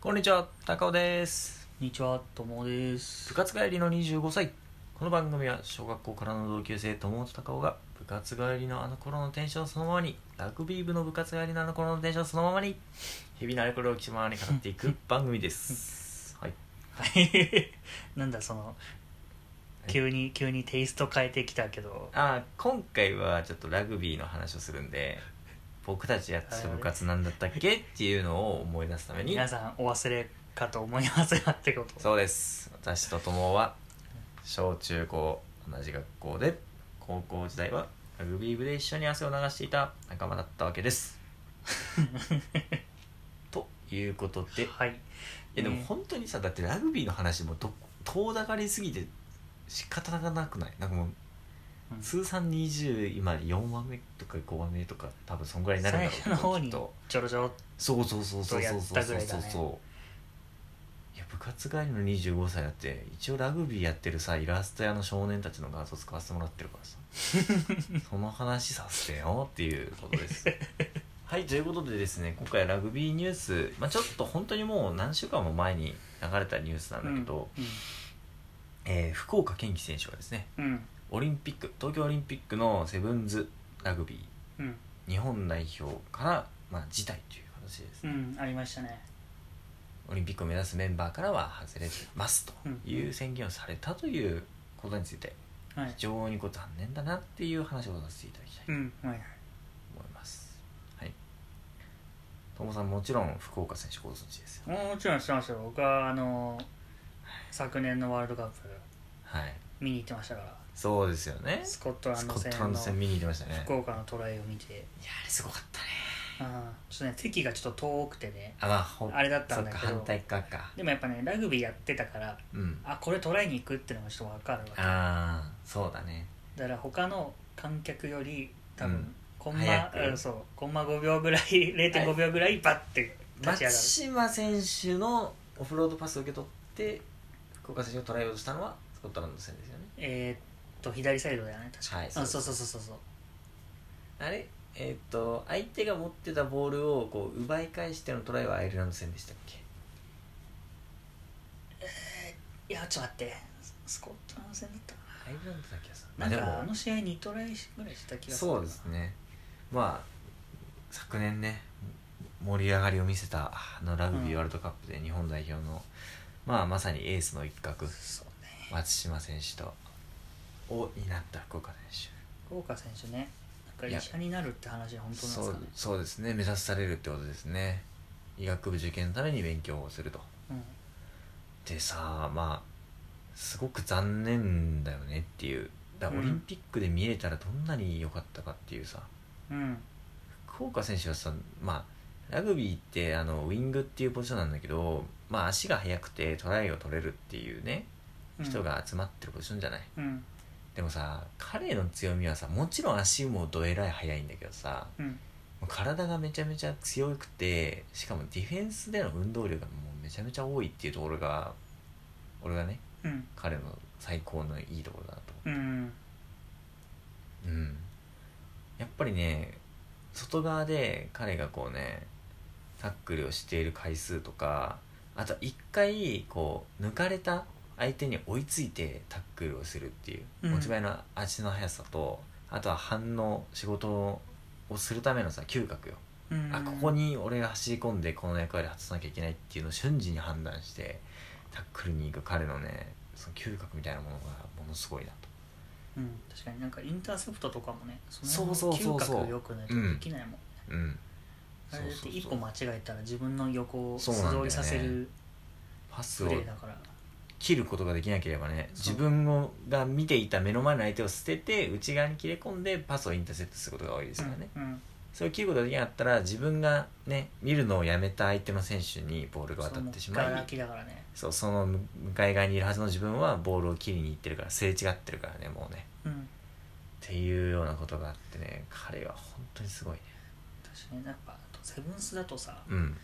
こんにちは、高尾です。こんにちは、ともです部。活帰りの25歳。この番組は小学校からの同級生友と高尾が部活帰りのあの頃のテンションそのままに、ラグビー部の部活帰りのあの頃のテンションそのままに、日々のあれこれを気ままに語っていく 番組です。はい。はい。 なんだ、その、急に、急にテイスト変えてきたけど、あー今回はちょっとラグビーの話をするんで、僕たちやってた部活なんだったっけっていうのを思い出すために、皆さんお忘れかと思いますがってこと。そうです私と友は小中高同じ学校で高校時代はラグビー部で一緒に汗を流していた仲間だったわけです ということでいはい。やでもね本当にさだってラグビーの話もど遠ざかりすぎて仕方がなくないなんかもううん通算20今4話目とか5話目とか多分そんぐらいになるんだろうけ最初どの方きっにとちょろちょろそうそうそうそうそうそうそうやったそうぐらいだいや部活帰りの25歳だって一応ラグビーやってるさイラスト屋の少年たちの画像使わせてもらってる からさその話させてよっていうことです はいということでですね今回はラグビーニュース、まあ、ちょっと本当にもう何週間も前に流れたニュースなんだけど、えー福岡堅樹選手がですねうん、うん、オリンピック東京オリンピックのセブンズラグビうん、ー日本代表から、まあ、辞退という形でですねうん、ありましたね。オリンピックを目指すメンバーからは外れますとういんううん宣言をされたということについてはい非。常にこう残念だなっていう話をさせていただきたいうとん、はい。思います、はい友さんもちろん福岡選手ご存知ですよもちろんしてましたよ。僕は、あの、昨年のワールドカップはい見に行ってましたから、そうですよねススコットランコドッ戦トランド戦の見に行ってましたね福岡のトライを見て、いやあれすごかったねあーちょっとね、席がちょっと遠くてね、あまあほあれだったんだそっけどか反対側かでもやっぱねラグビーやってたからうんあこれトライに行くってのがちょっと分かるわけだああそうだねから他の観客より多分、うんコン早マくうんそうコンマ5秒ぐらい0.5秒ぐらいバッて立ち上が松る、島選手のオフロードパスを受け取って福岡選手をトライをしたのはスコットランド戦ですよねえーっと左サイドだよね確かはいあそそううですそうそうそうそうあれえーっと相手が持ってたボールをこう奪い返してのトライはアイルランド戦でしたっけいやちょっと待ってスコットランド戦だったかアイルランドだっけさななんかあでの試合2トライぐらいした気がするそうですねまあ昨年ね盛り上がりを見せたあのラグビーワールドカップで日本代表の、まあ、まさにエースの一角そうね松島選手とを担った福岡選手福岡選手ねなんいかや医者になるって話本当なんですそかうねそうですね目指されるってことですね医学部受験のために勉強をするとうんでさまあすごく残念だよねっていうだからうオんリンピックで見れたらどんなに良かったかっていうさ、うん福岡選手はさまあラグビーってあのウィングっていうポジションなんだけど、まあ、足が速くてトライを取れるっていうねうん人が集まってるポジションじゃない、うんでもさ彼の強みはさもちろん足もどえらい速いんだけどさうんもう体がめちゃめちゃ強くてしかもディフェンスでの運動量がもうめちゃめちゃ多いっていうところが俺がねうん彼の最高のいいところだなとうんうんやっぱりね外側で彼がこうねタックルをしている回数とかあと一回こう抜かれた相手に追いついてタックルをするっていううん持ち前の足の速さと、あとは反応仕事をするためのさ嗅覚ようんあここに俺が走り込んでこの役割を果たさなきゃいけないっていうのを瞬時に判断してタックルに行く彼のねその嗅覚みたいなものがものすごいなとうん、確かになんかインターセプトとかもねそそうそうそうそう嗅覚良くないとできないもうん、んあれだって一そうそうそ歩う間違えたら自分の横を素そうなんだよね通りさせるパスプをレーだから切ることができなければねそ自う分をが見ていた目の前の相手を捨てて内側に切れ込んでパスをインターセプトすることが多いですからね、うんうんそれを切ることができなかったら自分がね見るのをやめた相手の選手にボールが渡ってしまそうもうガラい空きだからねそうその向かい側にいるはずの自分はボールを切りに行ってるからすれ違ってるからねもうねうんっていうようなことがあってね彼は本当にすごいね確かにやっぱあとセブンスだとさうん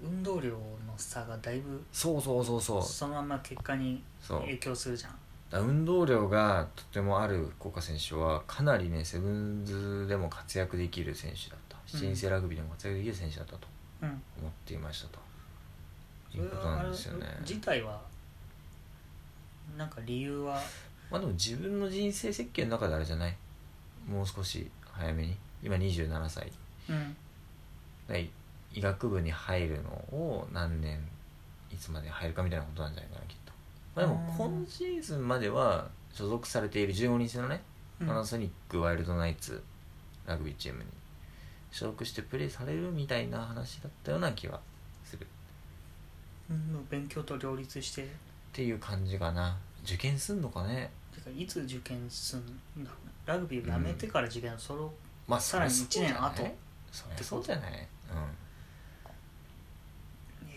運動量の差がだいぶそうそうそうそうそのまま結果にそう影響するじゃんだから運動量がとてもある福岡選手はかなりねセブンズでも活躍できる選手だったうん7人制ラグビーでも活躍できる選手だったとうん思っていましたと、いうことなんですよねあれ自体はなんか理由はまあでも自分の人生設計の中であれじゃないもう少し早めに今27歳うんで医学部に入るのを何年いつまで入るかみたいなことなんじゃないかなきっと、まあ、でもあー今シーズンまでは所属されている15日のねうんパナソニックワイルドナイツラグビーチームに所属してプレーされるみたいな話だったような気はするっうん勉強と両立してていう感じかな受験すんのかねてかいつ受験すんだろうねラグビーをやめてから受験それをまあさらにそ1りゃそうじ年ゃ後ないそりゃそうじゃないうん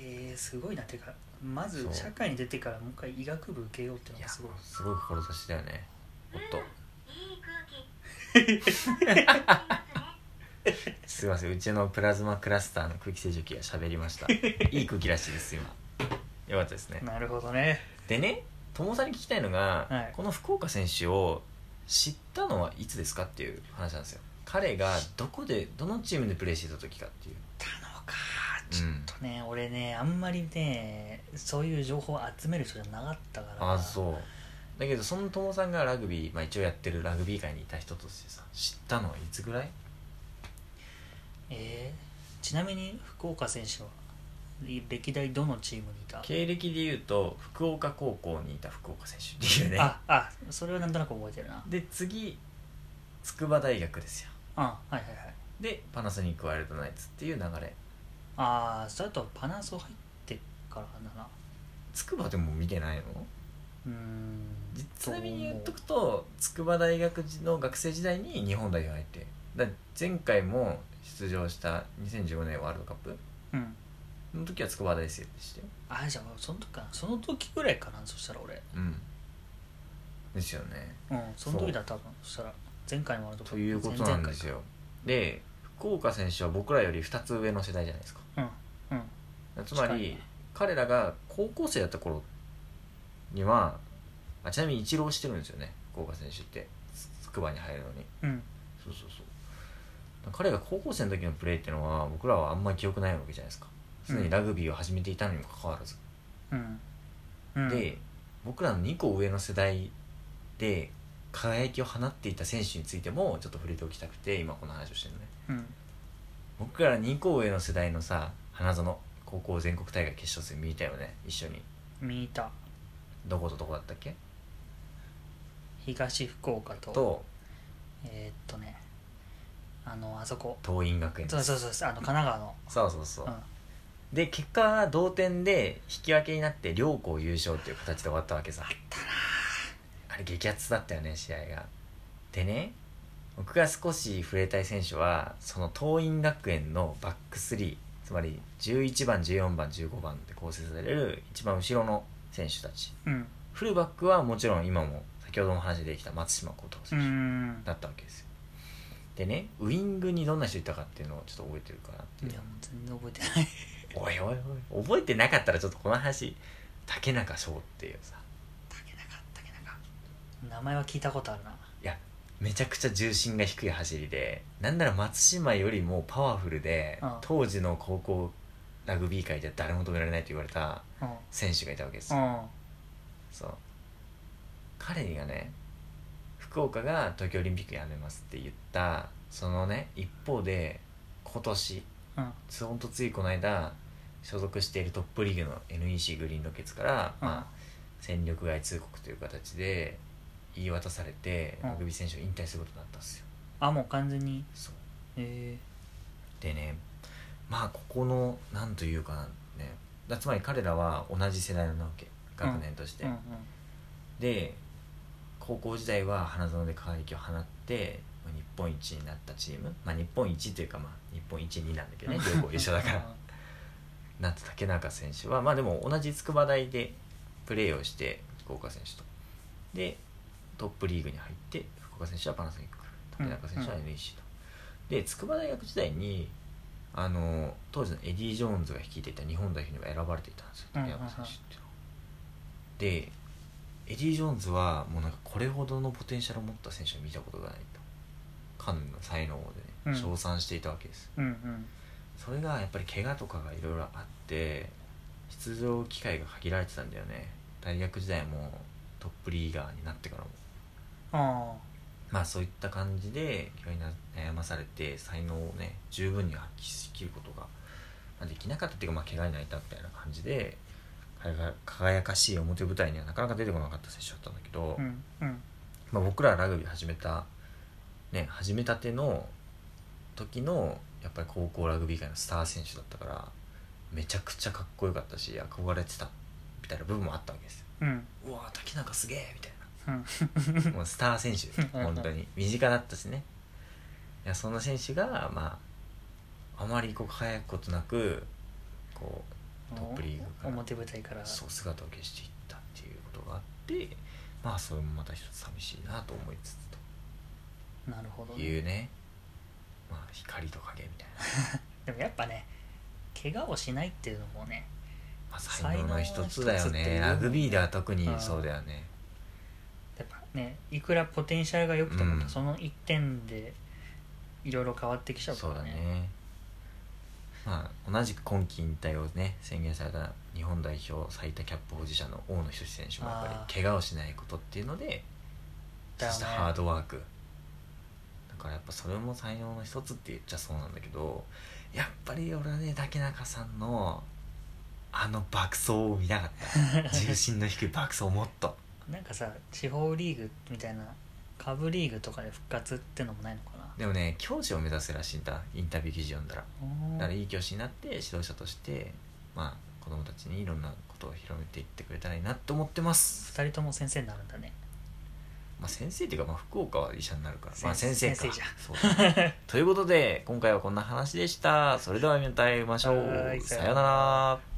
えー、すごいなてかまずそう社会に出てからもう一回医学部受けようってのいやがすすごいごい志だよねおっと いい空気。すいませんうちのプラズマクラスターの空気清浄機が喋りましたいい空気らしいです今よかったですねなるほどねでね友さんに聞きたいのが、はいこの福岡選手を知ったのはいつですかっていう話なんですよ彼がどこでどのチームでプレーしてた時かっていうたのかちょっとね、俺ねあんまりねそういう情報を集める人じゃなかったからあそうだけどその友さんがラグビー、まあ、一応やってるラグビー界にいた人としてさ知ったのはいつぐらいえーちなみに福岡選手は歴代どのチームにいた、経歴で言うと福岡高校にいた福岡選手っていうねああそれはなんとなく覚えてるなで次筑波大学ですようんはいはいはいでパナソニックワイルドナイツっていう流れああそれだとパナソ入ってからだな筑波でも見てないのうーんちなみに言っとくと筑波大学の学生時代に日本代表入ってだ前回も出場した2015年ワールドカップうんの時は筑波大生でしてあじゃあその時かなその時ぐらいかなそしたら俺うんですよねうんその時だ多分そしたら前回もあるということなんですよで福岡選手は僕らより2つ上の世代じゃないですかうんうんつま近いりね彼らが高校生だった頃にはあちなみに一浪してるんですよね福岡選手って筑波に入るのにうんそうそうそう彼が高校生の時のプレーっていうのは僕らはあんまり記憶ないわけじゃないですかすでにラグビーを始めていたのにもかかわらず、うんうんで僕らの2個上の世代で輝きを放っていた選手についてもちょっと触れておきたくて今この話をしてるのねうん僕ら2個上の世代のさ花園高校全国大会決勝戦見たよね一緒に見たどことどこだったっけ東福岡ととえーっとねあのあそこ桐蔭学園そうそうそうそうあの神奈川のそうそうそう、うんで結果は同点で引き分けになって両校優勝っていう形で終わったわけさあれ激アツだったよね試合がでね僕が少し触れたい選手はその桐蔭学園のバック3つまり11番14番15番で構成される一番後ろの選手たちうんフルバックはもちろん今も先ほどの話でできた松島幸太郎うー選手んだったわけですよでねウイングにどんな人いたかっていうのをちょっと覚えてるかなっていいうやもう全然覚えてない おいおいおい覚えてなかったらちょっとこの話竹中翔っていうさ竹中竹中名前は聞いたことあるなめちゃくちゃ重心が低い走りでなんなら松島よりもパワフルでうん当時の高校ラグビー界じゃ誰も止められないと言われたうん選手がいたわけですうよんそう彼がね福岡が東京オリンピックやめますって言ったそのね一方で今年うんつほんとついこの間所属しているトップリーグの NEC グリーンロケッツから、うんまあ、戦力外通告という形で言い渡されてうんラグビー選手を引退することになったんですよ。あもう完全にそうえでねまあここのなんというかねだつまり彼らは同じ世代なわけ学年として。えうんうんで高校時代は花園で輝きを放ってまあ日本一になったチーム、まあ、日本一というか、まあ、日本一になんだけどね両校一緒だ から。なった竹中選手はまあでも同じ筑波大でプレーをして福岡選手とでトップリーグに入って福岡選手はパナソニック竹中選手は NEC と、で筑波大学時代にあの当時のエディ・ジョーンズが率いていた日本代表には選ばれていたんですようん竹中選手っていうのは、でエディ・ジョーンズはもうなんかこれほどのポテンシャルを持った選手を見たことがないと彼の才能をうでんね称賛していたわけです、うんうんそれがやっぱり怪我とかがいろいろあって出場機会が限られてたんだよね大学時代はもうトップリーガーになってからもあまあそういった感じで教員に悩まされて才能をね十分に発揮しきることがまあできなかったっていうかまあ怪我に泣いたみたいな感じで輝か輝かしい表舞台にはなかなか出てこなかった選手だったんだけど、あうんうんまあ、僕らラグビー始めたね始めたての時のやっぱり高校ラグビー界のスター選手だったからめちゃくちゃかっこよかったし憧れてたみたいな部分もあったわけですようんうわー竹中すげえみたいなうんもうスター選手本当に身近だったしねいやその選手がまああまりこう輝くことなくこトップリーグから表舞台からうそう姿を消していったっていうことがあってまあそれもまた一つ寂しいなと思いつつなるほどとねいうねまあ光と影みたいな、でもやっぱね怪我をしないっていうのもねまあ、才能の一つだよ才能の一つっていねうラグビーでは特にうんそうだよねやっぱねいくらポテンシャルが良くても、うんその一点でいろいろ変わってきちゃうかそうらだねまあ同じく今季引退をね宣言された日本代表最多キャップ保持者の大野仁志選手もやっぱあーり怪我をしないことっていうのでだそよねしてハードワークだからやっぱそれも才能の一つって言っちゃそうなんだけどやっぱり俺はね竹中さんのあの爆走を見なかった重心の低い爆走をもっと なんかさ地方リーグみたいな下部リーグとかで復活ってのもないのかなでもね教師を目指すらしいんだインタビュー記事読んだらだからいい教師になって指導者としてまあ子供たちにいろんなことを広めていってくれたらいいなと思ってます、 2人とも先生になるんだねまあ、先生っていうか、まあ、福岡は医者になるから、まあ、先先生か先生じゃんそうだねということで今回はこんな話でしたそれではまた会いましょはーういさようなら